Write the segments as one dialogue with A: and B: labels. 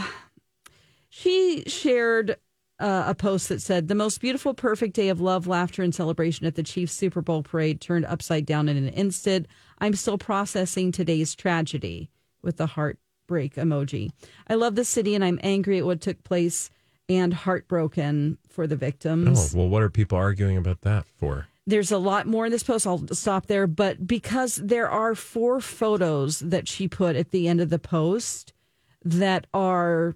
A: she shared uh, a post that said, The most beautiful, perfect day of love, laughter, and celebration at the Chiefs Super Bowl parade turned upside down in an instant. I'm still processing today's tragedy with the heartbreak emoji. I love the city and I'm angry at what took place and heartbroken for the victims
B: Oh, well, what are people arguing about that for?
A: there's a lot more in this post. I'll stop there. But because there are four photos that she put at the end of the post that are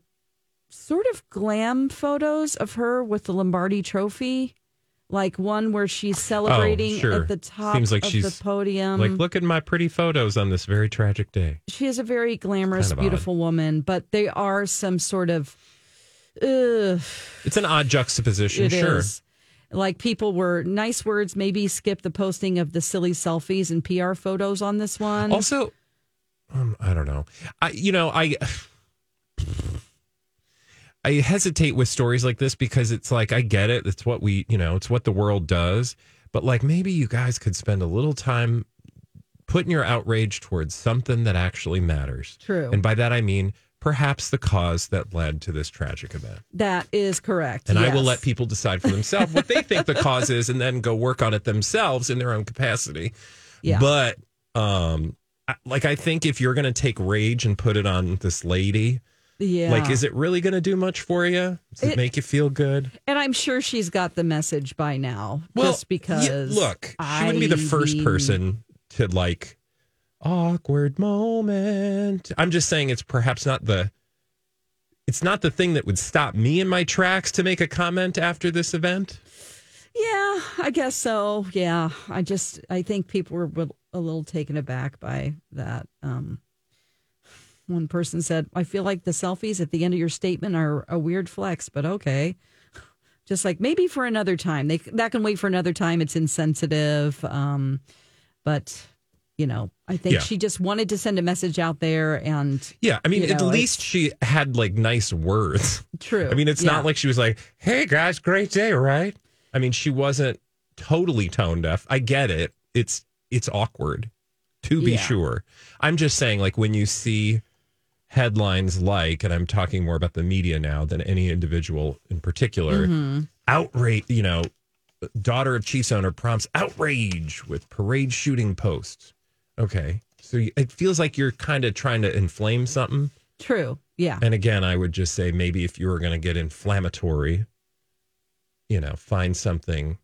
A: sort of glam photos of her with the Lombardi trophy, like one where she's celebrating
B: Oh, sure.
A: at the top
B: Seems like
A: of
B: she's,
A: the podium.
B: Like, look at my pretty photos on this very tragic day.
A: she is a very glamorous,
B: Kind of odd.
A: beautiful woman, but they are some sort of. Ugh,
B: It's an odd juxtaposition,
A: It is
B: sure.
A: Like people were nice words, maybe skip the posting of the silly selfies and PR photos on this one.
B: Also, um, I don't know. I, you know, I, I hesitate with stories like this because it's like I get it. It's what we, you know, it's what the world does. But like, maybe you guys could spend a little time putting your outrage towards something that actually matters.
A: True.
B: And by that I mean perhaps the cause that led to this tragic event.
A: that is correct.
B: And I will
A: yes.
B: let people decide for themselves what they think the cause is and then go work on it themselves in their own capacity.
A: Yeah.
B: But um I- like I think if you're going to take rage and put it on this lady,
A: Yeah.
B: Like, is it really going to do much for you? Does it,
A: It-
B: make you feel good?
A: And I'm sure she's got the message by now. just because.
B: yeah, look, she wouldn't be the first
A: I-
B: person to like awkward moment. I'm just saying it's perhaps not the it's not the thing that would stop me in my tracks to make a comment after this event.
A: Yeah, I guess so. Yeah, I just I think people were wi- a little taken aback by that. Um, one person said, "I feel like the selfies at the end of your statement are a weird flex, but okay." Just like maybe for another time, they that can wait for another time. It's insensitive, um, but you know, I think
B: Yeah.
A: she just wanted to send a message out there, and
B: Yeah, I mean,
A: You
B: at
A: know,
B: least she had like nice words.
A: true.
B: I mean, it's
A: Yeah.
B: not like she was like, "Hey guys, great day, right?" I mean, she wasn't totally tone deaf. I get it. It's it's awkward, to be
A: Yeah.
B: sure. I'm just saying, like when you see headlines like, and I'm talking more about the media now than any individual in particular,
A: Mm-hmm.
B: outrage. You know, daughter of Chiefs owner prompts outrage with parade shooting posts. Okay, so you- it feels like you're kind of trying to inflame something.
A: true. Yeah,
B: And again, I would just say maybe if you were going to get inflammatory, you know, find something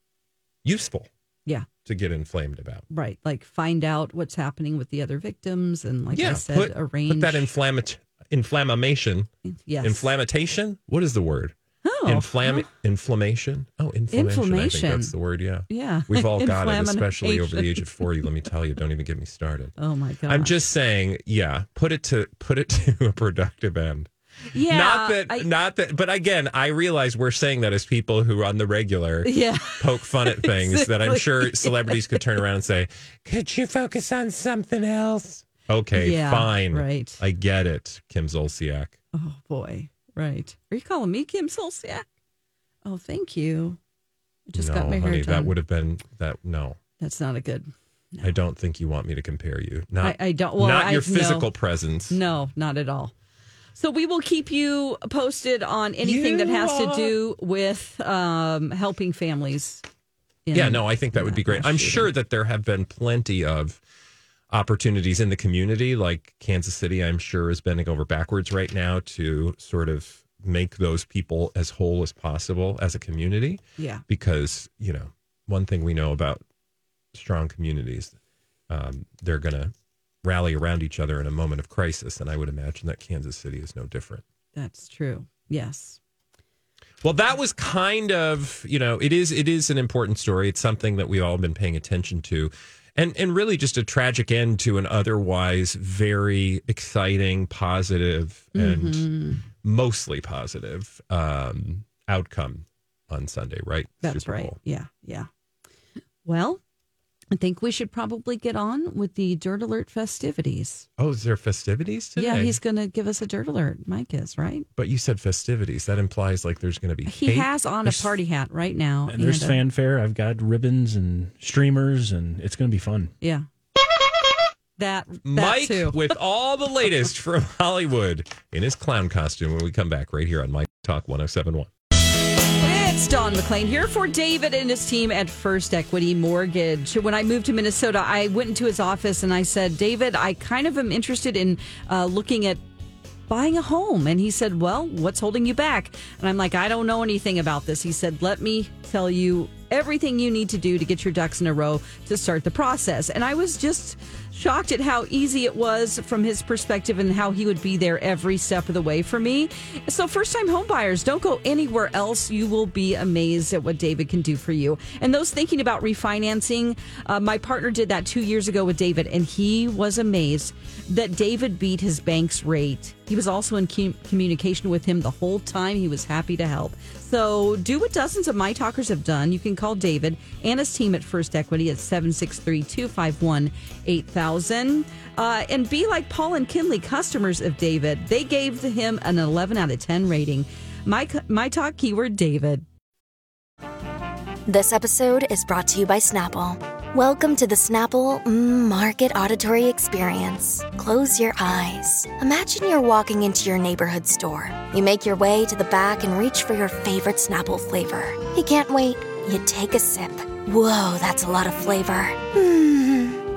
B: useful
A: yeah,
B: to get inflamed about.
A: right. Like find out what's happening with the other victims, and like I said,
B: put,
A: arrange
B: put that inflammat- inflammation,
A: Yes.
B: inflammation. What is the word?
A: Oh,
B: Inflam-
A: well,
B: inflammation. Oh, inflammation. I
A: Inflammation.
B: think that's the word. Yeah.
A: Yeah.
B: We've all got it, especially over the
A: Inflammation.
B: age of forty. Let me tell you. Don't even get me started.
A: Oh my god.
B: I'm just saying. Yeah. Put it to put it to a productive end.
A: yeah.
B: not that,
A: I-
B: not that, but again, I realize we're saying that as people who on the regular
A: yeah.
B: poke fun at things that I'm
A: Exactly.
B: sure celebrities could turn around and say, Could you focus on something else? Okay,
A: Yeah,
B: fine.
A: right.
B: I get it, Kim Zolciak.
A: Oh boy. Right. Are you calling me Kim Solsiak? Oh, thank you. I just
B: no,
A: got my
B: honey,
A: hair
B: that
A: done.
B: would have been that. No,
A: That's not a good.
B: I don't think you want me to compare you. Not,
A: I- I don't- well,
B: not
A: I-
B: your
A: no.
B: physical presence.
A: No, not at all. So we will keep you posted on anything that
B: You
A: has to
B: are-
A: do with um, helping families. in-
B: Yeah, no, I think that would be great.
A: mass
B: I'm
A: shooting.
B: sure that there have been plenty of opportunities in the community, like Kansas City, I'm sure, is bending over backwards right now to sort of make those people as whole as possible as a community.
A: Yeah.
B: Because, you know, one thing we know about strong communities, um, they're going to rally around each other in a moment of crisis. And I would imagine that Kansas City is no different.
A: That's true. Yes.
B: Well, that was kind of you know it is it is an important story. It's something that we've all been paying attention to, and and really just a tragic end to an otherwise very exciting, positive,
A: Mm-hmm.
B: and mostly positive um, outcome on Sunday. Right?
A: That's
B: Super
A: right.
B: Bowl.
A: Yeah, yeah. Well, I think we should probably get on with the Dirt Alert festivities.
B: Oh, is there festivities today?
A: Yeah, he's going to give us a Dirt Alert, Mike is, right?
B: But you said festivities. That implies like there's going to be
A: He
B: cake.
A: has on a party hat right now.
C: And there's
A: and, uh,
C: fanfare. I've got ribbons and streamers, and it's going to be fun.
A: Yeah. That, that
B: Mike
A: too.
B: with all the latest from Hollywood in his clown costume when we come back right here on Mike Talk 1071.
A: It's Don McLean here for David and his team at First Equity Mortgage. When I moved to Minnesota, I went into his office and I said, David, I kind of am interested in uh, looking at buying a home. And he said, Well, what's holding you back? And I'm like, I don't know anything about this. He said, Let me tell you everything you need to do to get your ducks in a row to start the process. And I was just shocked at how easy it was from his perspective and how he would be there every step of the way for me. So, first time home buyers, don't go anywhere else. You will be amazed at what David can do for you. And those thinking about refinancing, uh, my partner did that two years ago with David, and he was amazed that David beat his bank's rate. He was also in com- communication with him the whole time. He was happy to help. So do what dozens of My Talkers have done. You can call David and his team at First Equity at 763 251 8000. Uh, And be like Paul and Kinley, customers of David. They gave him an 11 out of 10 rating. My, my Talk keyword David.
D: This episode is brought to you by Snapple. Welcome to the Snapple mm, Market Auditory Experience. Close your eyes. Imagine you're walking into your neighborhood store. You make your way to the back and reach for your favorite Snapple flavor. You can't wait. You take a sip. Whoa, that's a lot of flavor. Mm.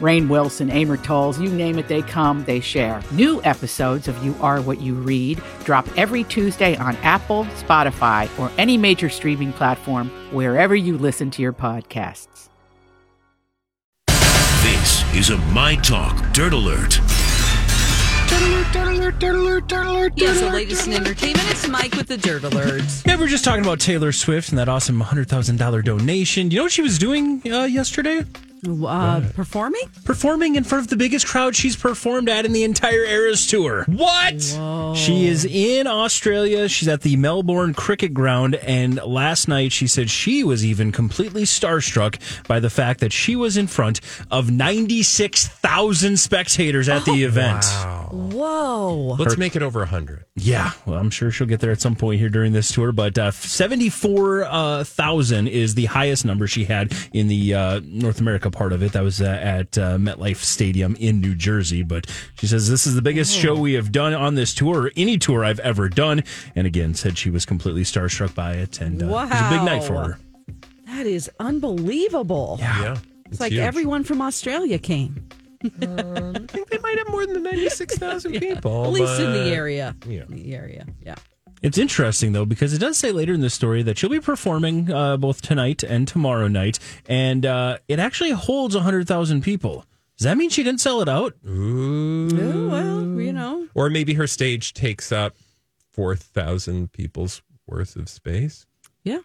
E: Rain Wilson, Amor Tolls, you name it, they come, they share. New episodes of You Are What You Read drop every Tuesday on Apple, Spotify, or any major streaming platform wherever you listen to your podcasts.
F: This is a My Talk Dirt Alert.
A: Yes, the latest in entertainment. It's Mike with the Dirt Alert.
C: Yeah, we were just talking about Taylor Swift and that awesome $100,000 donation. You know what she was doing uh, yesterday?
A: Uh, performing?
C: Performing in front of the biggest crowd she's performed at in the entire Eras tour.
B: What?
C: She is in Australia. She's at the Melbourne Cricket Ground. And last night she said she was even completely starstruck by the fact that she was in front of 96,000 spectators at the event.
A: Whoa.
B: Let's make it over 100.
C: Yeah, well, I'm sure she'll get there at some point here during this tour. But uh, 74,000 is the highest number she had in the uh, North America part of it. That was uh, at uh, MetLife Stadium in New Jersey. But she says this is the biggest show we have done on this tour, or any tour I've ever done. And again, said she was completely starstruck by it, and uh, it was a big night for
A: Wow.
C: her.
A: That is unbelievable.
B: Yeah.
A: It's like
B: huge.
A: everyone from Australia came,
B: I think they might have more than 96,000 people.
A: at least in
B: but-
A: the area.
B: yeah.
A: The area. Yeah.
C: It's interesting though because it does say later in the story that she'll be performing uh, both tonight and tomorrow night, and uh, it actually holds hundred thousand people. Does that mean she didn't sell it out?
A: Oh, well,
B: Mm.
A: you know.
B: Or maybe her stage takes up 4,000 people's worth of space.
A: Yeah.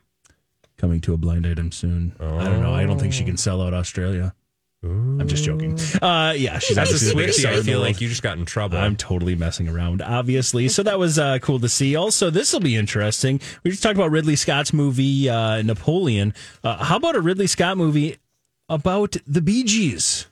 C: Coming to a blind item soon. I don't know. I don't think she
B: Oh.
C: can sell out Australia. I'm just joking. Uh, yeah, she's
B: That's a
C: obviously the biggest
B: switchy.
C: star
B: I
C: in the
B: feel
C: world.
B: like you just got in trouble.
C: I'm totally messing around, obviously. So that was uh, cool to see. Also, this will be interesting. We just talked about Ridley Scott's movie uh, Napoleon. Uh, how about a Ridley Scott movie about the Bee Gees?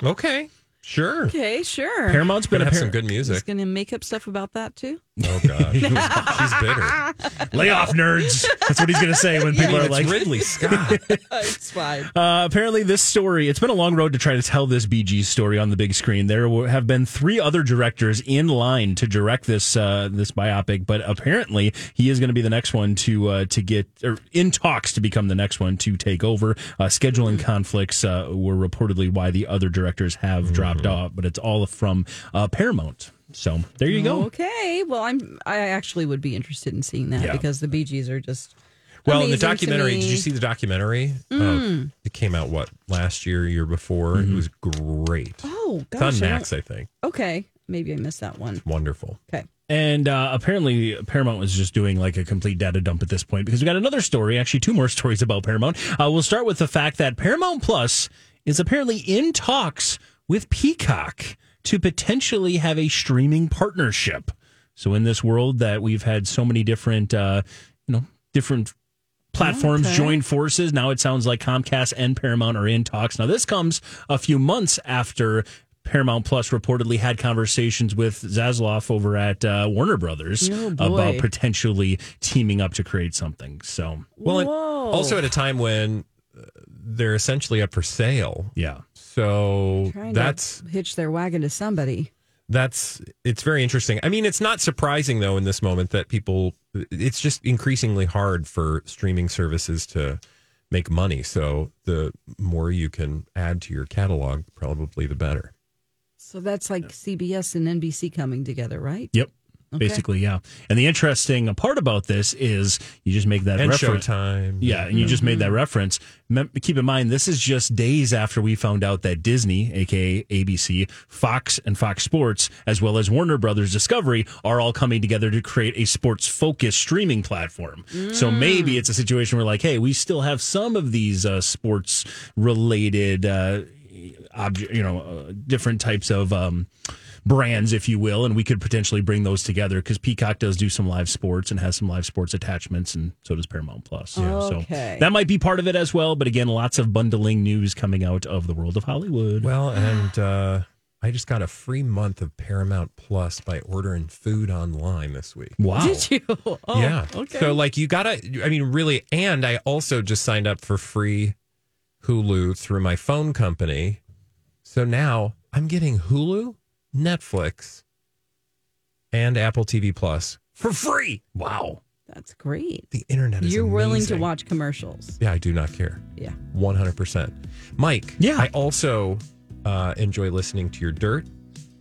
B: okay. Sure.
A: Okay, sure.
C: Paramount's been
B: Gonna
C: a
B: have some
C: par-
B: good music.
A: Just going to make up stuff about that, too.
B: Oh God, she's bitter.
C: lay off, nerds. That's what he's going to say when people are
B: It's
C: like.
B: Ridley Scott.
A: it's fine.
C: Uh, apparently, this story, it's been a long road to try to tell this BG story on the big screen. There were- have been three other directors in line to direct this uh, this biopic, but apparently he is going to be the next one to uh, to get or in talks to become the next one to take over. Uh, scheduling conflicts uh, were reportedly why the other directors have dropped off, but it's all from uh, Paramount. So there you go.
A: Okay. Well, I'm. I actually would be interested in seeing that
C: Yeah.
A: because the Bee Gees are just.
B: Well, in the
A: amazing to
B: documentary, did you
A: me.
B: see the documentary? Uh, it came out what last year, year before. It was great.
A: Oh
B: It's on
A: gosh. I
B: Max, I think.
A: don't- Okay, maybe I missed that one.
B: Wonderful.
A: Okay.
C: And uh, apparently, Paramount was just doing like a complete data dump at this point because we got another story, actually, two more stories about Paramount. Uh, we'll start with the fact that Paramount Plus is apparently in talks with Peacock to potentially have a streaming partnership. So, in this world that we've had so many different, uh, you know, different platforms join forces. Now it sounds like Comcast and Paramount are in talks. Now this comes a few months after Paramount Plus reportedly had conversations with Zasloff over at uh, Warner Brothers
A: Oh, boy.
C: about potentially teaming up to create something. So
B: Well, and
A: Whoa.
B: also at a time when uh, they're essentially up for sale.
C: yeah,
B: So
A: Trying
B: that's
A: to hitch their wagon to somebody.
B: that's it's very interesting. I mean, it's not surprising though in this moment that people it's just increasingly hard for streaming services to make money. So the more you can add to your catalog, probably the better.
A: So that's like CBS and NBC coming together, right?
C: yep.
A: Okay.
C: Basically, yeah. And the interesting part about this is you just make that
B: and
C: reference.
B: Showtime.
C: Yeah, and you just made that reference. Mem- Keep in mind, this is just days after we found out that Disney, aka ABC, Fox, and Fox Sports, as well as Warner Brothers Discovery, are all coming together to create a sports focused streaming platform. So maybe it's a situation where, like, hey, we still have some of these uh, sports related. Uh, obje- you know, uh, different types of um, brands, if you will, and we could potentially bring those together because Peacock does do some live sports and has some live sports attachments, and so does Paramount Plus. Yeah.
A: Okay.
C: So that might be part of it as well. But again, lots of bundling news coming out of the world of Hollywood.
B: Well, and uh, I I just got a free month of Paramount Plus by ordering food online this week.
C: Wow.
A: Did you? Oh,
B: yeah.
A: Okay.
B: So like you gotta I mean, really, and I also just signed up for free Hulu through my phone company. So now I'm getting Hulu, Netflix, and Apple TV Plus for free.
C: Wow.
A: That's great.
B: The internet is
A: You're willing to
B: amazing.
A: watch commercials.
B: Yeah, I do not care.
A: Yeah.
B: 100%. Mike,
C: Yeah.
B: I also uh, enjoy listening to your dirt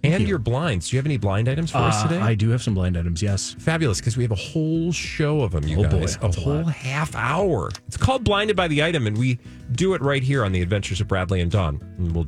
B: and your blinds. Do you have any blind items for us
C: Uh,
B: today?
C: I do have some blind items, yes.
B: Fabulous, because we have a whole show of them, you
C: Oh, boy,
B: guys.
C: that's
B: a
C: a
B: whole
C: lot.
B: half hour. It's called Blinded by the Item, and we do it right here on The Adventures of Bradley and Dawn. And we'll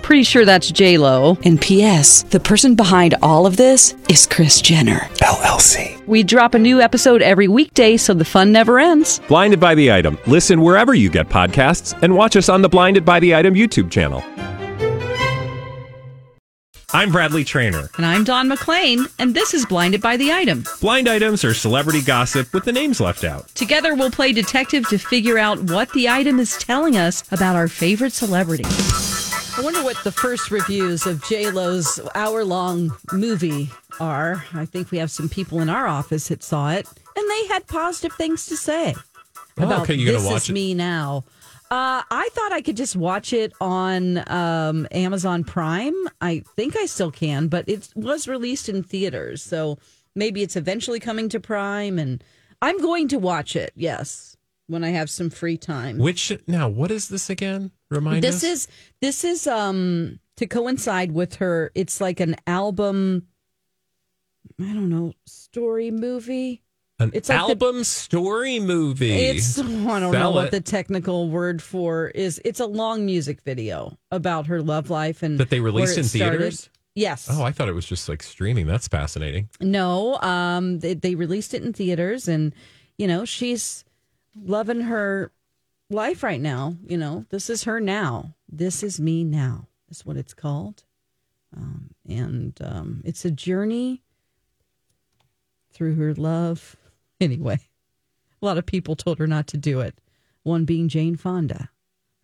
A: Pretty sure that's J Lo. And P.S. The person behind all of this is Chris Jenner LLC. We drop a new episode every weekday, so the fun never ends.
B: Blinded by the Item. Listen wherever you get podcasts and watch us on the Blinded by the Item YouTube channel. I'm Bradley Trainer.
A: And I'm Don McClain, and this is Blinded by the Item.
B: Blind items are celebrity gossip with the names left out.
A: Together, we'll play detective to figure out what the item is telling us about our favorite celebrity. I wonder what the first reviews of J Lo's hour-long movie are. I think we have some people in our office that saw it, and they had positive things to say
B: Oh,
A: about
B: okay, you gonna
A: "This
B: watch
A: Is
B: it?
A: Me Now." Uh, I thought I could just watch it on um, Amazon Prime. I think I still can, but it was released in theaters, so maybe it's eventually coming to Prime. And I'm going to watch it. Yes, when I have some free time.
B: Which now, what is this again? Remind
A: This is this is um to coincide with her. It's like an album. I don't know story movie.
B: an
A: it's like the-
B: story movie.
A: It's I don't know
B: Sell
A: what
B: it.
A: the technical word for is. It's a long music video about her love life and
B: That they released
A: where it
B: in
A: started.
B: theaters?
A: Yes.
B: Oh, I thought it was just like streaming. That's fascinating.
A: No, um, they, they released it in theaters, and you know she's loving her life right now. You know, this is her now. This is me now. Is what it's called, um, and um, it's a journey through her love. Anyway, a lot of people told her not to do it. One being Jane Fonda,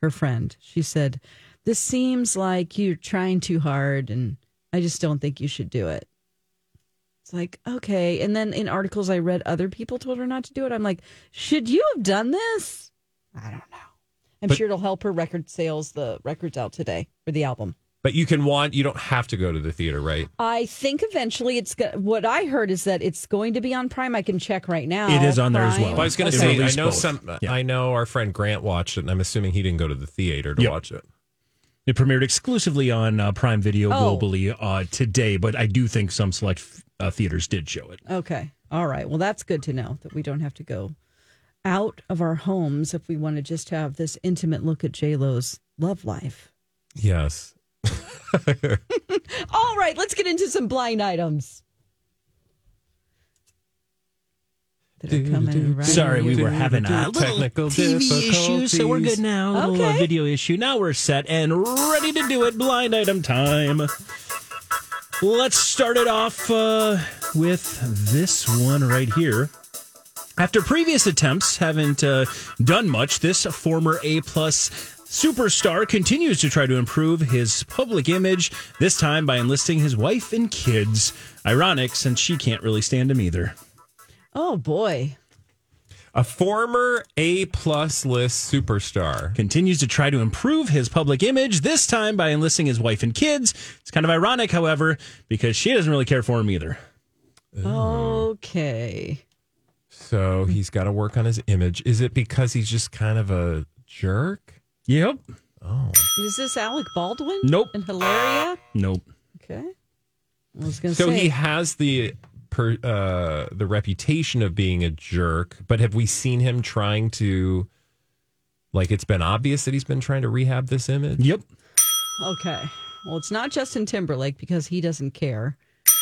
A: her friend. She said, "This seems like you're trying too hard, and I just don't think you should do it." It's like, okay. And then in articles I read, other people told her not to do it. I'm like, should you have done this? I don't know. I'm
B: But-
A: sure it'll help her record sales. The record's out today for the album.
B: But you can want. You don't have to go to the theater, right?
A: I think eventually it's go- what I heard is that it's going to be on Prime. I can check right now.
C: It is on there as
A: Prime.
C: well.
B: Well, I was going to
C: It
B: say, I
C: released
B: know
C: both.
B: some.
C: Yeah.
B: I know our friend Grant watched it, and I'm assuming he didn't go to the theater to
C: Yep.
B: watch it.
C: It premiered exclusively on uh, Prime Video
A: Oh.
C: globally uh, today, but I do think some select uh, theaters did show it.
A: Okay. All right. Well, that's good to know that we don't have to go out of our homes if we want to just have this intimate look at J Lo's love life.
B: Yes.
A: All right. Let's get into some blind items. That are coming right
C: Sorry,
A: at you.
C: we were having a little
B: Technical
C: TV issue, so we're good now. A little
A: Okay.
C: uh, video issue. Now we're set and ready to do it. Blind item time. Let's start it off uh, with this one right here. After previous attempts haven't uh, done much, this former A plus superstar continues to try to improve his public image. This time by enlisting his wife and kids. Ironic, since she can't really stand him either.
A: Oh boy.
B: A former A plus list superstar.
C: continues to try to improve his public image, this time by enlisting his wife and kids. It's kind of ironic, however, because she doesn't really care for him either.
A: Okay.
B: So he's got to work on his image. Is it because he's just kind of a jerk?
C: Yep.
A: Is this Alec Baldwin?
C: Nope.
A: And Hilaria?
C: Nope.
A: Okay. I was going to
B: So
A: say.
B: he has the per, uh, the reputation of being a jerk, but have we seen him trying to? Like it's been obvious that he's been trying to rehab this image.
C: Yep.
A: okay. Well, it's not Justin Timberlake because he doesn't care.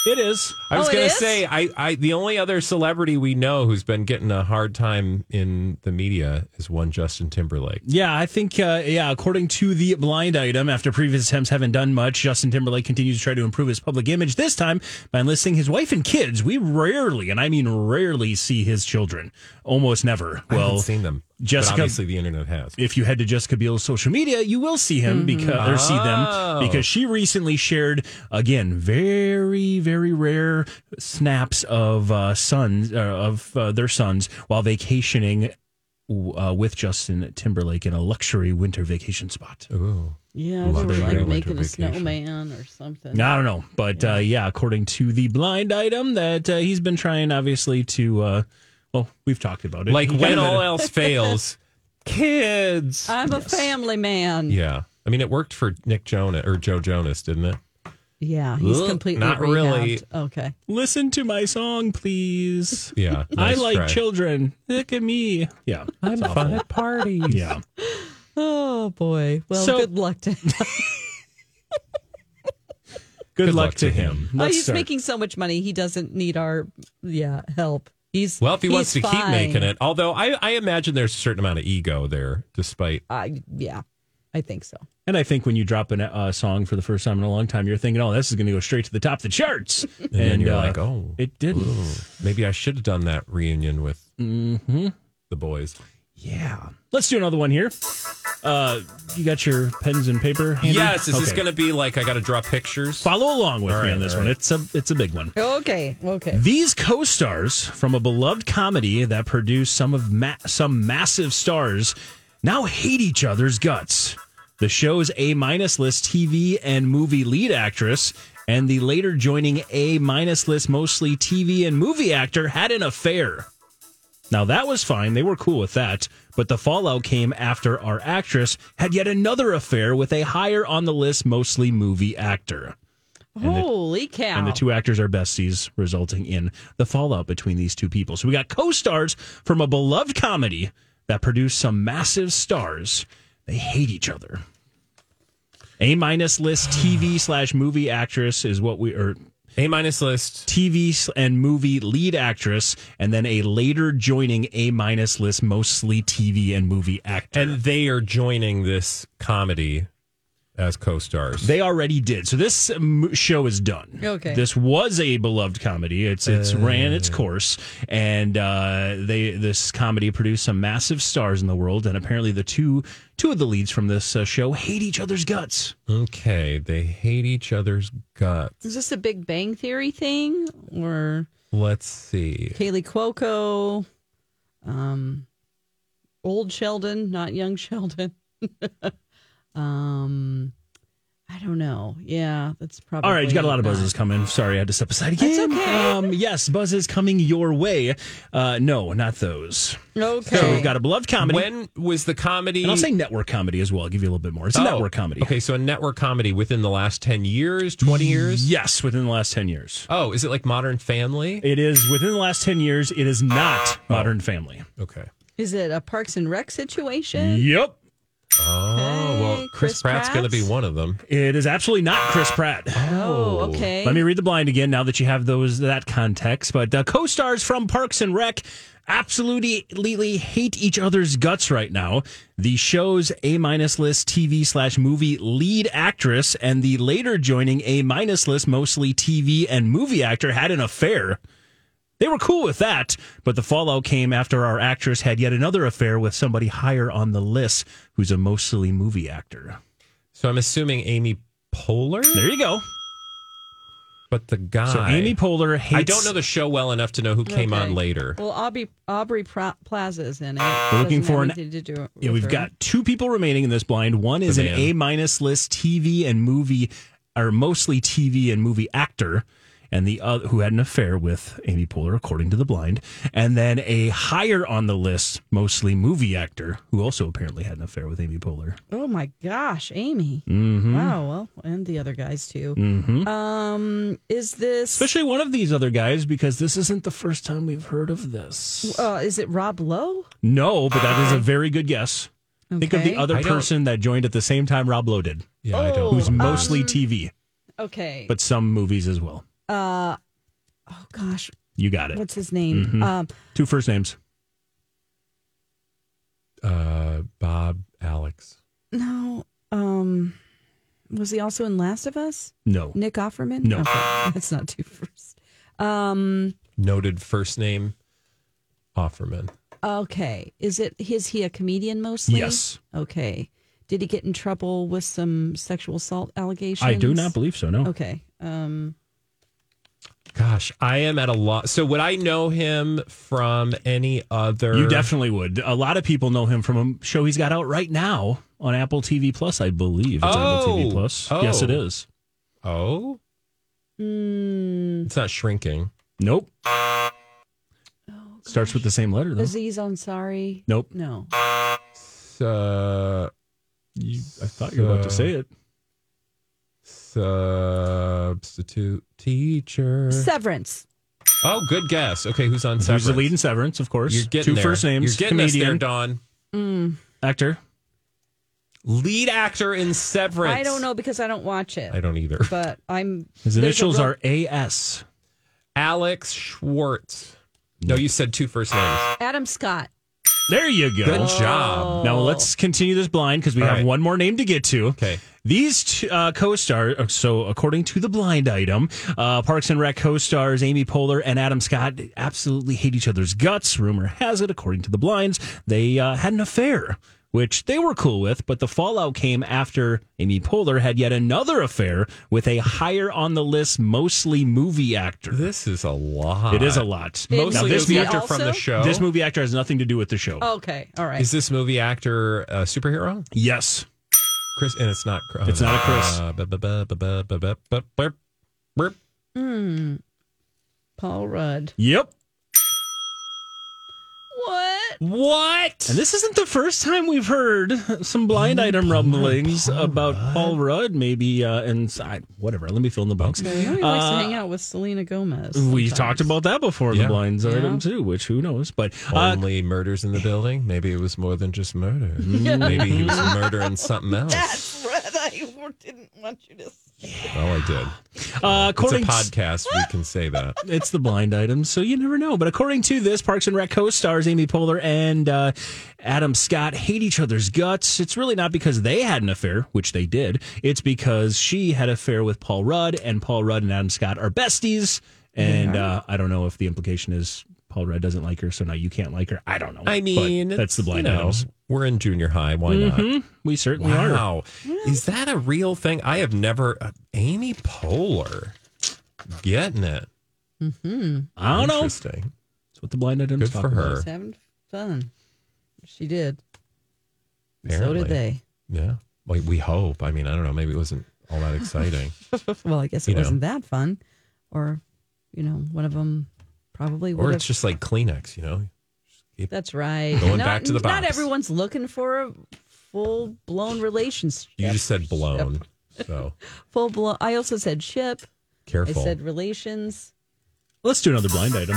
C: It is.
B: I was
A: Oh, it
B: gonna
A: is?
B: say I, I the only other celebrity we know who's been getting a hard time in the media is one Justin Timberlake.
C: Yeah, I think, uh, yeah, according to the blind item, after previous attempts haven't done much, Justin Timberlake continues to try to improve his public image, this time by enlisting his wife and kids. We rarely, and I mean rarely, see his children. Almost never.
B: I haven't
C: Well,
B: seen them. but
C: Jessica-
B: obviously the internet has.
C: if you head to Jessica Biel's social media, you will see him because or see
B: Mm-hmm. Oh.
C: them because she recently shared again very very rare snaps of uh, sons uh, of uh, their sons while vacationing uh, with Justin Timberlake in a luxury winter vacation spot.
B: Ooh.
A: Yeah,
B: Love
A: they were
B: to go
A: like
B: on
A: making a
B: vacation.
A: snowman or something.
C: I don't know, but yeah, uh, yeah according to the blind item, that uh, he's been trying obviously to. Uh, well, we've talked about it.
B: Like
C: He
B: when
C: kinda-
B: all else fails, kids.
A: I'm a family man. Yeah,
B: yeah. I mean it worked for Nick Jonas or Joe Jonas, didn't it?
A: he's
B: Ugh,
A: completely
B: not really.
A: rehabbed. Okay,
C: listen to my song, please.
B: Yeah.
C: I
B: nice
C: like
B: try.
C: children. Look at me. Yeah.
B: I'm fun at parties.
C: Yeah.
A: oh boy. Well,
C: So-
A: good luck to him.
C: Good,
B: Good
C: luck, to him.
A: oh,
C: Let's
A: he's
C: start.
A: making so much money, he doesn't need our yeah help. He's
B: Well, if he
A: he's
B: wants to keep
A: fine.
B: making it, although I, I imagine there's a certain amount of ego there, despite
A: I yeah, I think so.
C: and I think when you drop a uh, song for the first time in a long time, you're thinking, "Oh, this is going to go straight to the top of the charts."
B: and, then you're
C: uh,
B: like, oh,
C: it didn't."
B: ooh, maybe I should have done that reunion with
C: Mm-hmm.
B: the boys.
C: Yeah. Let's do another one here. Uh, you got your pens and paper? handy?
B: Yes, is this
C: Okay.
B: going to be like I got to draw pictures?
C: follow along with
B: All
C: me
B: right,
C: on this
B: all
C: one?
B: right.
C: It's a it's a big one.
A: Okay, okay.
C: These co-stars from a beloved comedy that produced some of ma- some massive stars now hate each other's guts. The show's A minus list TV and movie lead actress and the later joining A minus list mostly TV and movie actor had an affair. Now that was fine, they were cool with that, but the fallout came after our actress had yet another affair with a higher on the list mostly movie actor.
A: Holy cow!
C: And the two actors are besties, resulting in the fallout between these two people. So we got co stars from a beloved comedy that produced some massive stars. They hate each other. A minus list TV slash movie actress is what we or
B: A minus list.
C: TV s- and movie lead actress, and then a later joining A minus list, mostly TV and movie actor.
B: And they are joining this comedy as co stars.
C: They already did. So this um, show is done.
A: Okay.
C: This was a beloved comedy. It's
B: Uh.
C: it's ran its course, and uh, they this comedy produced some massive stars in the world. And apparently, the two two of the leads from this uh, show hate each other's guts.
B: Okay, they hate each other's guts.
A: Is this a Big Bang Theory thing or
B: Let's see.
A: Kaylee Cuoco? Um, old Sheldon, not young Sheldon. um, I don't know. Yeah, that's probably.
C: All right, you got a lot of buzzes coming. Sorry, I had to step aside again.
A: That's okay.
C: Um, yes, buzzes coming your way. Uh, no, not those.
A: Okay.
C: So we've got a beloved comedy.
B: When was the comedy?
C: and I'll say network comedy as well. I'll give you a little bit more. It's a
B: Oh,
C: network comedy.
B: Okay, so a network comedy within the last 10 years, 20 years?
C: Yes, within the last 10 years.
B: Oh, is it like Modern Family?
C: It is within the last 10 years, it is not Modern Family.
B: Okay.
A: Is it a Parks and Rec situation?
C: Yep.
B: Oh, well,
A: Hey,
B: Chris,
A: Chris
B: Pratt's going to
A: Pratt's?
B: be one of them.
C: It is absolutely not Chris Pratt.
A: Oh, okay.
C: Let me read the blind again now that you have those that context. But uh, co-stars from Parks and Rec absolutely literally hate each other's guts right now. The show's A minus list TV slash movie lead actress and the later joining A minus list mostly TV and movie actor had an affair. They were cool with that, but the fallout came after our actress had yet another affair with somebody higher on the list who's a mostly movie actor.
B: So I'm assuming Amy Poehler,
C: There you go.
B: but the guy.
C: So Amy Poehler hates.
B: I don't know the show well enough to know who came
A: Okay.
B: on later.
A: Well, Aubrey Aubrey Pra- Plaza's in it.
C: We're looking
A: Doesn't
C: for
A: have
C: an-
A: anything to do
C: Yeah,
A: with
C: we've
A: her.
C: got two people remaining in this blind. One is
B: The
C: an
B: man.
C: A minus list TV and movie, or mostly TV and movie actor, and the other who had an affair with Amy Poehler, according to the blind, and then a higher on the list, mostly movie actor, who also apparently had an affair with Amy Poehler.
A: Oh my gosh, Amy.
C: Mm-hmm.
A: Wow. Well, and the other guys too.
C: Mm-hmm.
A: Um, is this?
C: Especially one of these other guys, because this isn't the first time we've heard of this.
A: uh, is it Rob Lowe?
C: no, but that is a very good guess. Think of the
A: Okay.
C: other
B: Ah. I don't-
C: person that joined at the same time Rob Lowe did,
B: Yeah, I
A: Oh,
B: don't.
C: who's
A: um,
C: mostly TV,
A: Okay.
C: but some movies as well.
A: Uh, oh gosh,
C: You got it.
A: what's his name?
C: Mm-hmm.
A: Um,
C: Two first names.
B: Uh, Bob, Alex.
A: no, um, was he also in Last of Us?
C: No.
A: Nick Offerman?
C: No.
A: Okay, that's not two first. Um,
B: Noted first name, Offerman.
A: okay, is it? Is he a comedian mostly?
C: Yes.
A: Okay. Did he get in trouble with some sexual assault allegations?
C: I do not believe so. No.
A: Okay. Um,
B: Gosh, I am at a loss. So would I know him from any other?
C: You definitely would. A lot of people know him from a show he's got out right now on Apple TV Plus, I believe. It's Apple TV
B: Oh.
C: Plus.
B: Oh.
C: Yes, it is.
B: Oh,
A: mm,
B: it's not shrinking.
C: Nope. Starts with the same letter though.
A: Aziz Ansari?
C: Nope.
A: No.
B: So,
C: You, I thought you were about to say it.
B: substitute teacher.
A: Severance.
B: Oh, good guess. Okay, who's on Severance?
C: Severance. He's the lead in Severance, of course.
B: You're getting
C: Two
B: there.
C: first names.
B: You're getting us there,
C: comedian,
B: Don.
C: actor.
B: Lead actor in Severance.
A: I don't know because I don't watch it,
B: I don't either.
A: but I'm.
C: His
A: there's a
C: initials
A: real-
C: are AS.
B: Alex Schwartz. No, you said two first names.
A: Adam Scott.
C: There you go.
B: Good job.
C: Now let's continue this blind because we
B: All
C: have
B: right.
C: one more name to get to.
B: Okay.
C: These two, uh, co-stars, so according to the blind item, uh, Parks and Rec co-stars Amy Poehler and Adam Scott absolutely hate each other's guts. Rumor has it, according to the blinds, they uh, had an affair, which they were cool with, but the fallout came after Amy Poehler had yet another affair with a higher on the list, mostly movie actor.
B: This is a lot.
C: It is a lot.
B: Mostly
C: now, this,
B: movie
A: movie
B: actor from
A: also?
B: the show.
C: this movie actor has nothing to do with the
B: Oh.
C: show.
A: Okay. All right.
B: Is this movie actor a superhero?
C: Yes.
B: Chris, and it's not. Chris.
C: It's not a Chris.
B: Uh, bu- bu- bu- bu- bu- bu- bu- bu- burp, burp.
A: Paul Rudd.
C: Yep.
A: What?
B: What?
C: And this isn't the first time we've heard some blind
B: Mm-hmm.
C: item rumblings about Paul Rudd, maybe, uh, and I, whatever. Let me fill in the blanks.
A: He likes to hang out with Selena Gomez.
C: uh, We
A: sometimes.
C: talked about that before in the
B: Yeah.
C: blinds
A: Yeah.
C: item too, which who knows? But uh,
B: Only murders in the building. Maybe it was more than just murder. Maybe he was murdering something else.
A: That's what I didn't want you to say.
B: Oh, I did.
C: uh,
B: It's a
C: according to-
B: podcast. We can say that.
C: it's the blind item, so you never know. But according to this, Parks and Rec co-stars Amy Poehler and uh, Adam Scott hate each other's guts. It's really not because they had an affair, which they did. It's because she had an affair with Paul Rudd, and Paul Rudd and Adam Scott are besties. And uh, I don't know if the implication is Paul Rudd doesn't like her, so now you can't like her. I don't know.
B: I
C: But
B: mean,
C: that's the blind Mm-hmm.
B: you know,
C: items.
B: We're in junior high. Why not?
C: We certainly are.
B: Wow. Is that a real thing? I have never. Uh, Amy Poehler. Getting it.
C: I don't know. That's
B: Interesting.
C: what the blind items.
B: Good
C: talk
B: for
C: about.
B: her.
A: She's having fun. She did.
B: Apparently.
A: So did they.
B: Yeah. Like, we hope. I mean, I don't know. Maybe it wasn't all that exciting.
A: well, I guess
B: You
A: it
B: know.
A: wasn't that fun, or you know, one of them probably would
B: or
A: have.
B: it's just like Kleenex, you know?
A: That's right.
B: Going
A: not,
B: back to the
A: Not
B: box.
A: everyone's looking for a full blown relationship.
B: You just said blown. So
A: full blown. I also said ship.
B: careful.
A: I said relations.
C: Let's do another blind item.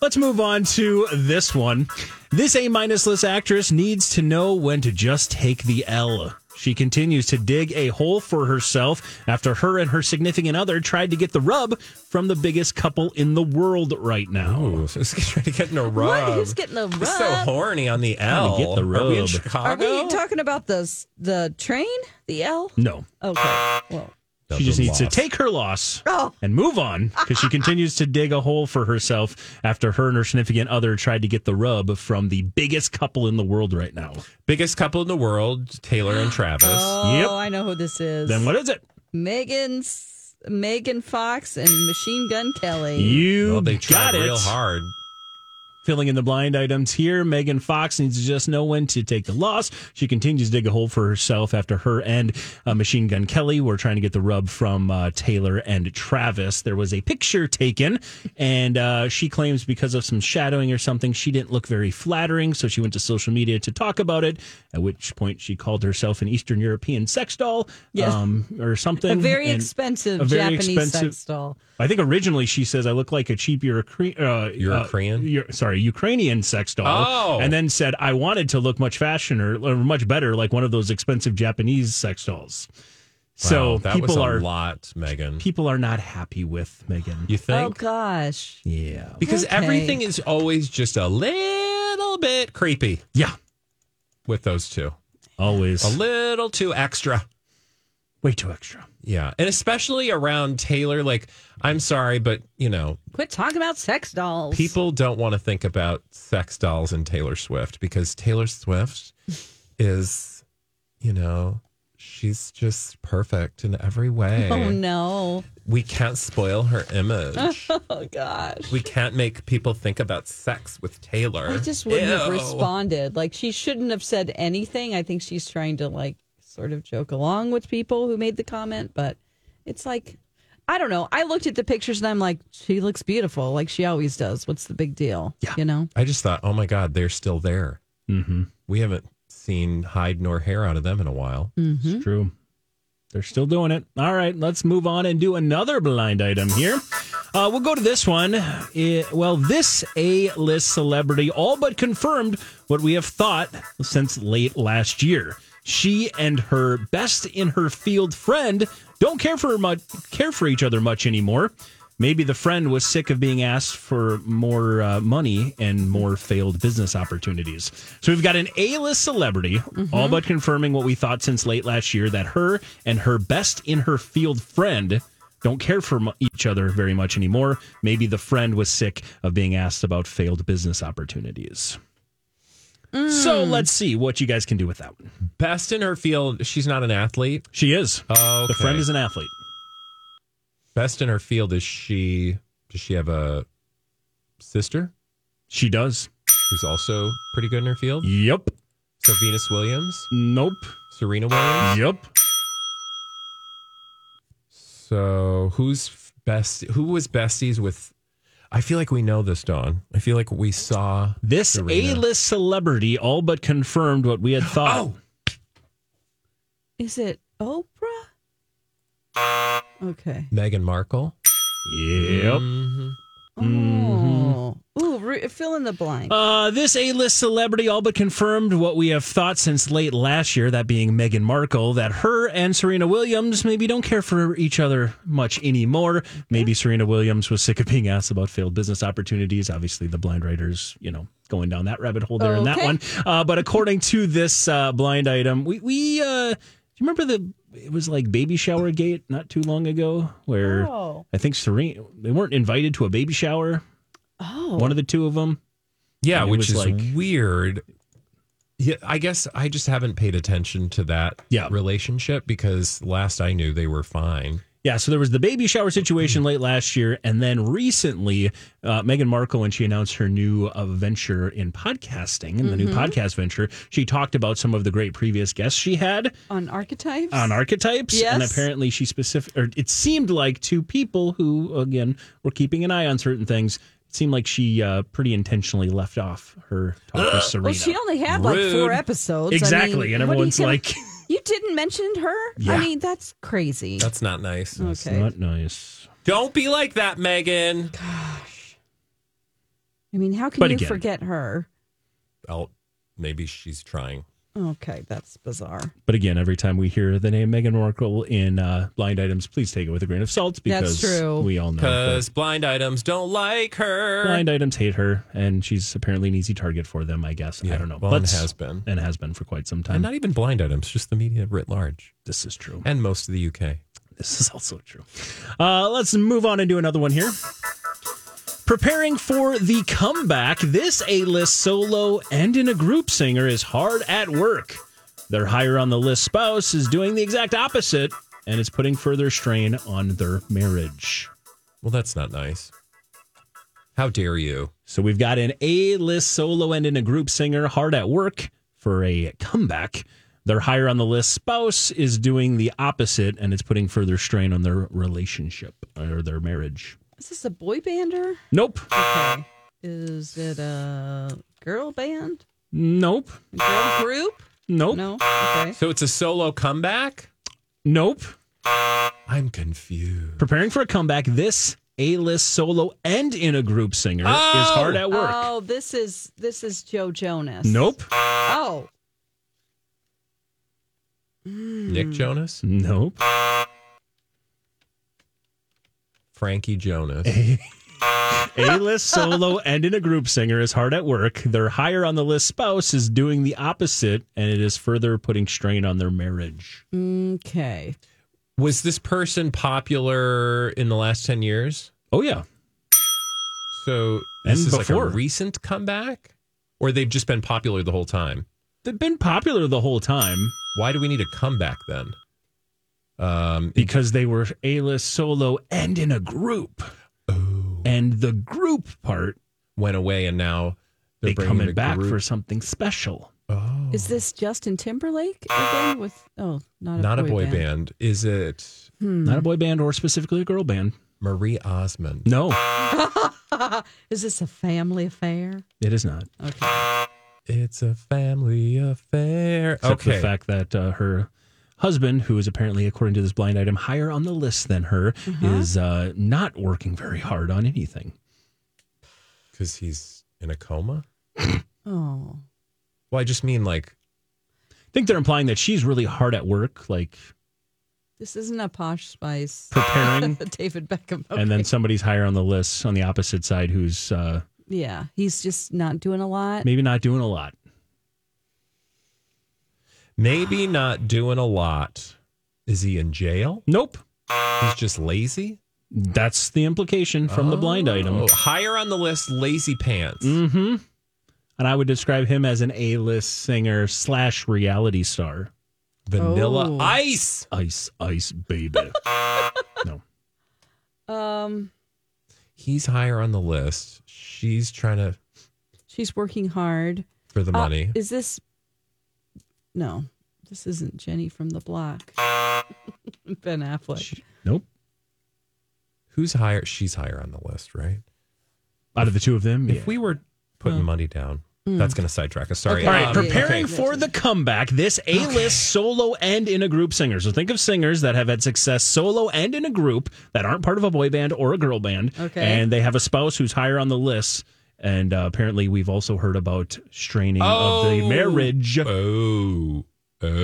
C: Let's move on to this one. This A minus list actress needs to know when to just take the L. She continues to dig a hole for herself after her and her significant other tried to get the rub from the biggest couple in the world right now.
B: Ooh, so it's trying to get in a
A: What?
B: rub.
A: Who's getting the rub?
B: It's so horny on the
C: Trying
B: L.
C: to get the
B: Are we in
C: rub.
B: Chicago?
A: Are we talking about the s- the train? The L?
C: No,
A: Okay. Well,
C: she just needs to
B: Lost.
C: take her loss
A: Oh.
C: and move on because she continues to dig a hole for herself after her and her significant other tried to get the rub from the biggest couple in the world right now.
B: biggest couple in the world, Taylor and Travis.
C: Yep.
A: oh, I know who this is.
C: Then what is it?
A: Megan's Megan Fox and Machine Gun Kelly.
C: You
B: well, they
C: got
B: tried
C: it.
B: real hard.
C: Filling in the blind items here, Megan Fox needs to just know when to take the loss. She continues to dig a hole for herself after her and uh, Machine Gun Kelly were trying to get the rub from uh, Taylor and Travis. There was a picture taken, and uh, she claims because of some shadowing or something, she didn't look very flattering. So she went to social media to talk about it. At which point, she called herself an Eastern European sex doll,
A: Yeah.
C: um, or something.
A: a very
C: and-
A: expensive
C: a very
A: Japanese
C: expensive-
A: sex doll.
C: I think originally she says I look like a cheap Eurocre- uh,
B: Eurocrean?
C: uh, Eu- sorry, Ukrainian sex doll.
B: Oh.
C: and then said I uh, wanted to look much fashion or, or much better, like one of those expensive Japanese sex dolls. so
B: that
C: people
B: was a
C: are
B: lot, Megan.
C: people are not happy with Megan.
B: You
A: Oh
B: think?
A: gosh.
C: Yeah.
B: because
A: okay.
B: everything is always just a little bit creepy
C: Yeah.
B: with those two.
C: Always
B: A little too extra.
C: way too extra.
B: Yeah. And especially around Taylor, like, I'm sorry, but you know,
A: Quit talking about sex dolls.
B: people don't want to think about sex dolls and Taylor Swift because Taylor Swift is, you know, she's just perfect in every way.
A: Oh no.
B: We can't spoil her image.
A: Oh gosh.
B: we can't make people think about sex with Taylor.
A: I just wouldn't have
B: Ew.
A: responded. Like she shouldn't have said anything. I think she's trying to like sort of joke along with people who made the comment, but it's like I don't know. I looked at the pictures and I'm like, she looks beautiful, like she always does. What's the big deal? Yeah. You know?
B: I just thought, oh my God, they're still there.
C: Mm-hmm.
B: We haven't seen hide nor hair out of them in a while.
C: It's true. They're still doing it. All right, let's move on and do another blind item here. Uh, we'll go to this one. It- well, this A list celebrity all but confirmed what we have thought since late last year. She and her best in her field friend don't care for much, care for each other much anymore. Maybe the friend was sick of being asked for more uh, money and more failed business opportunities. So we've got an A list celebrity, all but confirming what we thought since late last year that her and her best in her field friend don't care for mu- each other very much anymore. Maybe the friend was sick of being asked about failed business opportunities. So let's see what you guys can do with that one.
B: Best in her field, she's not an athlete.
C: She is.
B: Oh,
C: The friend is an athlete.
B: best in her field. Is she? Does she have a sister
C: She does.
B: who's also pretty good in her field?
C: Yep.
B: So Venus Williams,
C: Nope.
B: Serena Williams.
C: Yep.
B: So who's f- best? Who was besties with? I feel like we know this, Dawn. I feel like we saw
C: This
B: Serena.
C: A list celebrity all but confirmed what we had thought.
B: Oh,
A: Is it Oprah? Okay.
B: Meghan Markle.
C: Yep.
A: Mm. Oh. Ooh, re- fill in the blank.
C: Uh, this A list celebrity all but confirmed what we have thought since late last year, that being Meghan Markle, that her and Serena Williams maybe don't care for each other much anymore. Maybe Serena Williams was sick of being asked about failed business opportunities. Obviously, the blind writers, you know, going down that rabbit hole there in that
A: Okay.
C: one. Uh, but according to this uh, blind item, we, we uh, do you remember the, it was like baby shower gate not too long ago where
A: Oh.
C: I think Serena, they weren't invited to a baby shower,
A: oh.
C: one of the two of them.
B: Yeah,
C: And it
B: which
C: was
B: is
C: like-
B: weird. Yeah, I guess I just haven't paid attention to that
C: Yeah.
B: relationship because last I knew they were fine.
C: Yeah, so there was the baby shower situation late last year, and then recently, uh, Meghan Markle, when she announced her new uh, venture in podcasting and the new
A: Mm-hmm.
C: podcast venture, she talked about some of the great previous guests she had
A: on archetypes?
C: on archetypes, and
A: Yes.
C: apparently she specific, or it seemed like to people who, again, were keeping an eye on certain things, it seemed like she uh, pretty intentionally left off her talk with Serena.
A: Well, she only had like
B: Rude.
A: four episodes. I
C: Exactly,
A: mean,
C: and
A: what are you
C: everyone's
A: gonna-
C: like-
A: You didn't mention her?
C: Yeah.
A: I mean, that's crazy.
B: That's not nice.
C: It's
A: okay.
C: not nice.
B: Don't be like that, Megan.
A: I mean, how can
C: But
A: you
C: again-
A: forget her?
B: Oh, maybe she's trying.
A: Okay, that's bizarre.
C: But again, every time we hear the name Meghan Markle in uh, blind items, please take it with a grain of salt because
A: That's true.
C: we all know that
B: Because blind items don't like her.
C: blind items hate her, and she's apparently an easy target for them. I guess I
B: Yeah,
C: don't know,
B: Well, and
C: Let's-
B: has been.
C: and has been for quite some time.
B: And Uh, not even blind items, just the media writ large
C: this is true.
B: and most of the UK.
C: This is also true. Uh, let's move on and do another one here. Preparing for the comeback, this A list solo and in a group singer is hard at work. Their higher on the list spouse is doing the exact opposite and is putting further strain on their marriage.
B: Well, that's not nice. How dare you?
C: So we've got an A list solo and in a group singer hard at work for a comeback. Their higher on the list spouse is doing the opposite and it's putting further strain on their relationship or their marriage.
A: Is this a boy bander?
C: Nope.
A: Okay. Is it a girl band?
C: Nope.
A: Girl group?
C: Nope.
A: No. Okay.
B: So it's a solo comeback?
C: Nope.
B: I'm confused.
C: Preparing for a comeback, this A list solo and in a group singer
B: Oh!
C: is hard at work.
A: Oh, this is Oh, this is Joe Jonas.
C: Nope.
A: Oh.
B: Nick Jonas,
C: Nope.
B: Frankie Jonas.
C: A list solo and in a group singer is hard at work. Their higher on the list spouse is doing the opposite, and it is further putting strain on their marriage.
A: Okay.
B: Was this person popular in the last 10 years?
C: Oh, yeah.
B: So this
C: And
B: is
C: before.
B: like a recent comeback? Or they've just been popular the whole time?
C: They've been popular the whole time
B: Why do we need a comeback then? Um,
C: because they were A list solo and in a group. And the group part,
B: oh, went away and now they're
C: they
B: bringing
C: coming
B: the
C: back
B: group.
C: for something special.
B: Oh.
A: Is this Justin Timberlake again with oh not a
B: not
A: boy
B: a boy band. Is it
C: Not a boy band or specifically a girl band.
B: Marie Osmond?
C: No,
A: Is this a family affair?
C: it is not.
B: It's a family affair.
C: Except for
B: okay.
C: the fact that uh, her husband, who is apparently, according to this blind item, higher on the list than her, is uh, not working very hard on anything.
B: Because he's in a coma?
A: Oh.
B: Well, I just mean like
C: I think they're implying that she's really hard at work, like
A: This isn't a posh spice.
C: preparing,
A: David Beckham.
C: and then
A: Okay.
C: somebody's higher on the list on the opposite side who's uh,
A: yeah, he's just not doing a lot.
C: maybe not doing a lot.
B: maybe not doing a lot. Is he in jail?
C: Nope.
B: He's just lazy?
C: That's the implication from the blind item.
B: Oh, higher on the list, lazy pants.
C: Mm-hmm. And I would describe him as an A-list singer slash reality star.
B: Vanilla
A: Oh.
B: ice.
C: Ice, ice, baby. no.
A: Um,
B: He's higher on the list. She's trying to
A: she's working hard.
B: for the
A: Uh,
B: money.
A: is this? No, this isn't Jenny from the Block. ben Affleck.
C: Nope.
B: Who's higher? She's higher on the list, right?
C: Out of the two of them, yeah.
B: If we were putting money down, that's going to sidetrack us. Sorry.
A: Oh. Hmm. Okay.
C: All right,
A: Um,
C: preparing
A: okay.
C: for the comeback, this A list solo and in a group singer. So think of singers that have had success solo and in a group that aren't part of a boy band or a girl band.
A: Okay.
C: And they have a spouse who's higher on the list. And uh, apparently, we've also heard about straining of the
B: Oh.
C: marriage.
B: Oh,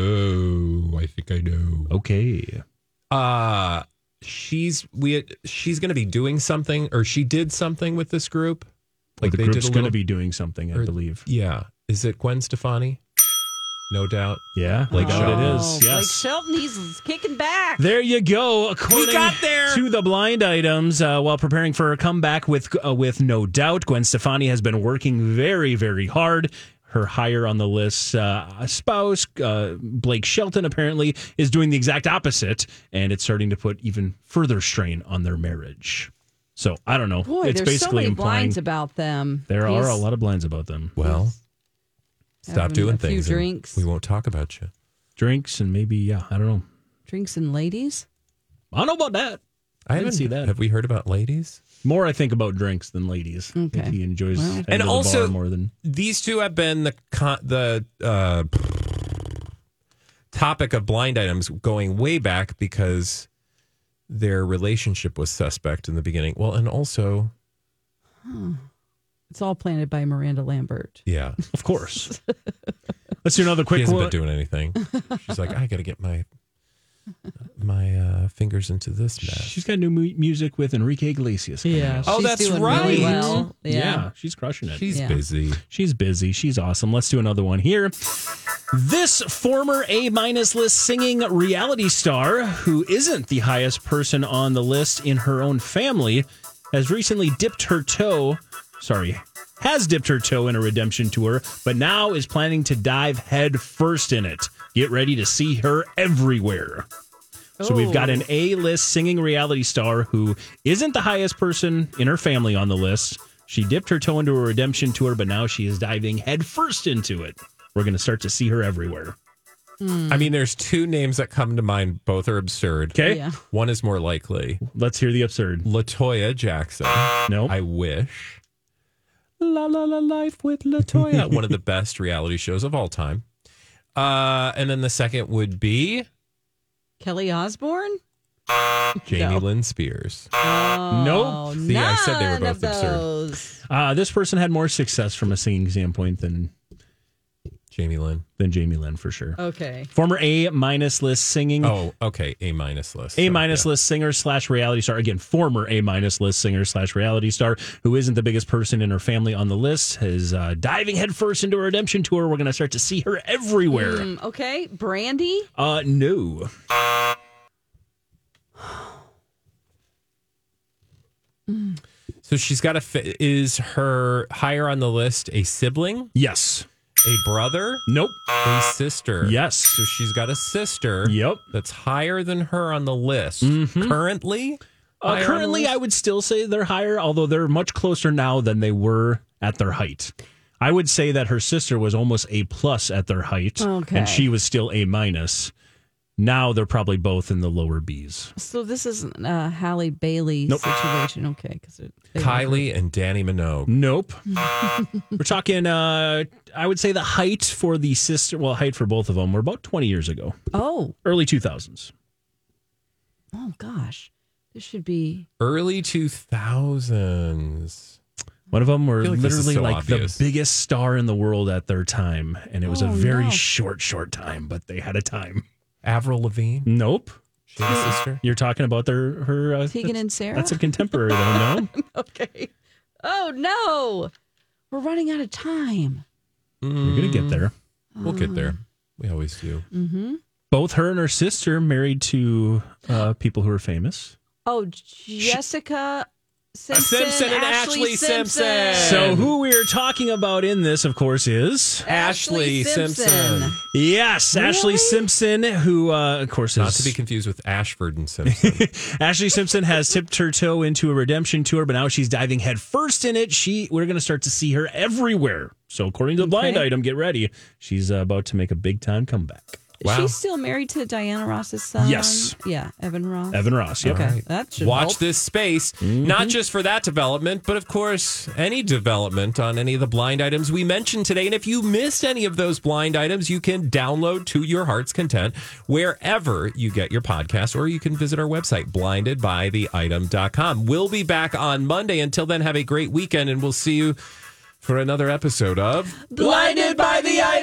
B: oh, I think I know.
C: Okay.
B: Uh she's we she's going to be doing something, or she did something with this group.
C: Like the group's going to
B: little-
C: be doing something, I
B: or-
C: believe.
B: Yeah, is it Gwen Stefani? No doubt.
C: Yeah. Like
B: Shelton.
C: what it
A: Oh,
C: is.
A: Blake
C: Yes.
A: Shelton, he's kicking back.
C: There you go. According
B: got there.
C: to the blind items, uh, while preparing for her comeback with uh, with no doubt, Gwen Stefani has been working very very hard. Her higher on the list uh, spouse, uh, Blake Shelton, apparently is doing the exact opposite, and it's starting to put even further strain on their marriage. So I don't know.
A: Boy, there's
C: it's
A: so
C: basically
A: many
C: implying
A: blinds about them.
C: there
A: He's-
C: are a lot of blinds about them.
B: Well, stop
A: Having
B: doing
A: a few
B: things. and
A: drinks.
B: We won't talk about you.
C: Drinks and maybe yeah, I don't know.
A: drinks and ladies.
C: I don't know about that.
B: I
C: didn't
B: haven't
C: see that.
B: Have we heard about ladies?
C: More I think about drinks than ladies. I think
A: Okay.
C: he enjoys
A: Well.
C: and
B: And also-
C: more than
B: these two have been the con- the uh, topic of blind items going way back because their relationship was suspect in the beginning. Well, and also,
A: It's all planted by Miranda Lambert.
B: yeah,
C: Of course. Let's do another
B: he
C: quick
B: hasn't
C: one.
B: been doing anything. She's like, I got to get my my uh, fingers into this mess.
C: She's got new mu- music with Enrique Iglesias. coming out.
B: Oh,
A: she's
B: that's
A: doing
B: right.
A: Really well.
C: yeah.
A: Yeah.
C: she's crushing it.
B: She's
A: Yeah.
B: busy.
C: She's busy. She's awesome. Let's do another one here. This former A minus list singing reality star, who isn't the highest person on the list in her own family, has recently dipped her toe. Sorry, has dipped her toe in a redemption tour, but now is planning to dive head first in it. Get ready to see her everywhere. So we've got an A list singing reality star who isn't the highest person in her family on the list. She dipped her toe into a redemption tour, but now she is diving headfirst into it. We're going to start to see her everywhere.
B: I mean, there's two names that come to mind. Both are absurd.
C: Okay.
A: Yeah.
B: One is more likely.
C: Let's hear the absurd.
B: Latoya Jackson.
C: No.
B: I wish. La la la life with Latoya. One of the best reality shows of all time. Uh, and then the second would be
A: Kelly Osborne.
B: Jamie
A: No.
B: Lynn Spears.
C: Nope.
A: Oh,
B: See, I said they were
A: none of
B: both absurd.
A: those.
C: Uh, this person had more success from a singing standpoint than
B: Jamie Lynn.
C: than Jamie Lynn for
A: Oh.
C: sure.
A: Okay.
C: Former A minus list singing.
B: Oh, okay. A minus list.
C: Mm. A
B: So,
C: minus
B: yeah.
C: list singer slash reality star. Again, former A minus list singer slash reality star who isn't the biggest person in her family on the list is uh, diving headfirst into a redemption tour. We're going to start to see her everywhere.
A: Mm, okay. Brandy.
C: Uh, no.
B: So she's got a. Fi- is her higher on the list a sibling,
C: Yes.
B: a brother,
C: Nope.
B: a sister?
C: Yes.
B: So she's got a sister.
C: Yep. Mm-hmm.
B: That's higher than her on the list currently.
C: Uh,
B: higher on the
C: currently,
B: list?
C: I would still say they're higher, although they're much closer now than they were at their height. I would say that her sister was almost A plus at their height,
A: Okay.
C: and she was still A minus. Now they're probably both in the lower B's.
A: So this isn't a Halle Bailey
C: Nope.
A: situation. Okay. Because
B: Kylie and Danny Minogue.
C: Nope. We're talking. Uh, I would say the height for the sister. Well, height for both of them were about twenty years ago,
A: Oh.
C: early two thousands.
A: Oh gosh. This should be.
B: Early 2000s.
C: One of them were
B: feel like this is
C: literally
B: so
C: like
B: obvious.
C: the biggest star in the world at their time, and it was a
A: Oh,
C: very
A: no.
C: short, short time, but they had a time.
B: Avril Lavigne.
C: Nope.
B: She has a sister.
C: You're talking about their her. Uh,
A: Tegan and Sarah?
C: That's a contemporary, though. No.
A: Okay. Oh no. We're running out of time.
C: You're gonna get there.
B: We'll get there. We always do.
C: Both her and her sister married to uh, people who are famous.
A: Oh, Jessica Simpson,
B: Simpson and Ashley Simpson.
C: So who we are talking about in this, of course, is
B: Ashley Simpson.
C: Yes, Ashley
A: Really?
C: Simpson, who uh, of course is
B: Not to be confused with Ashford and Simpson.
C: Ashley Simpson has tipped her toe into a redemption tour, but now she's diving headfirst in it. She we're going to start to see her everywhere. So according to the blind
A: Okay.
C: item, get ready. She's uh, about to make a big time comeback.
B: Wow.
A: She's still married to Diana Ross's son.
C: Yes.
A: Yeah, Evan Ross.
C: Evan Ross. Yep.
A: Okay, that should
B: Watch
A: help. Mm-hmm.
B: this space, not just for that development, but of course, any development on any of the blind items we mentioned today. And if you missed any of those blind items, you can download to your heart's content wherever you get your podcast, or you can visit our website, blindedbytheitem.com. We'll be back on Monday. Until then, have a great weekend, and we'll see you for another episode of
A: Blinded by the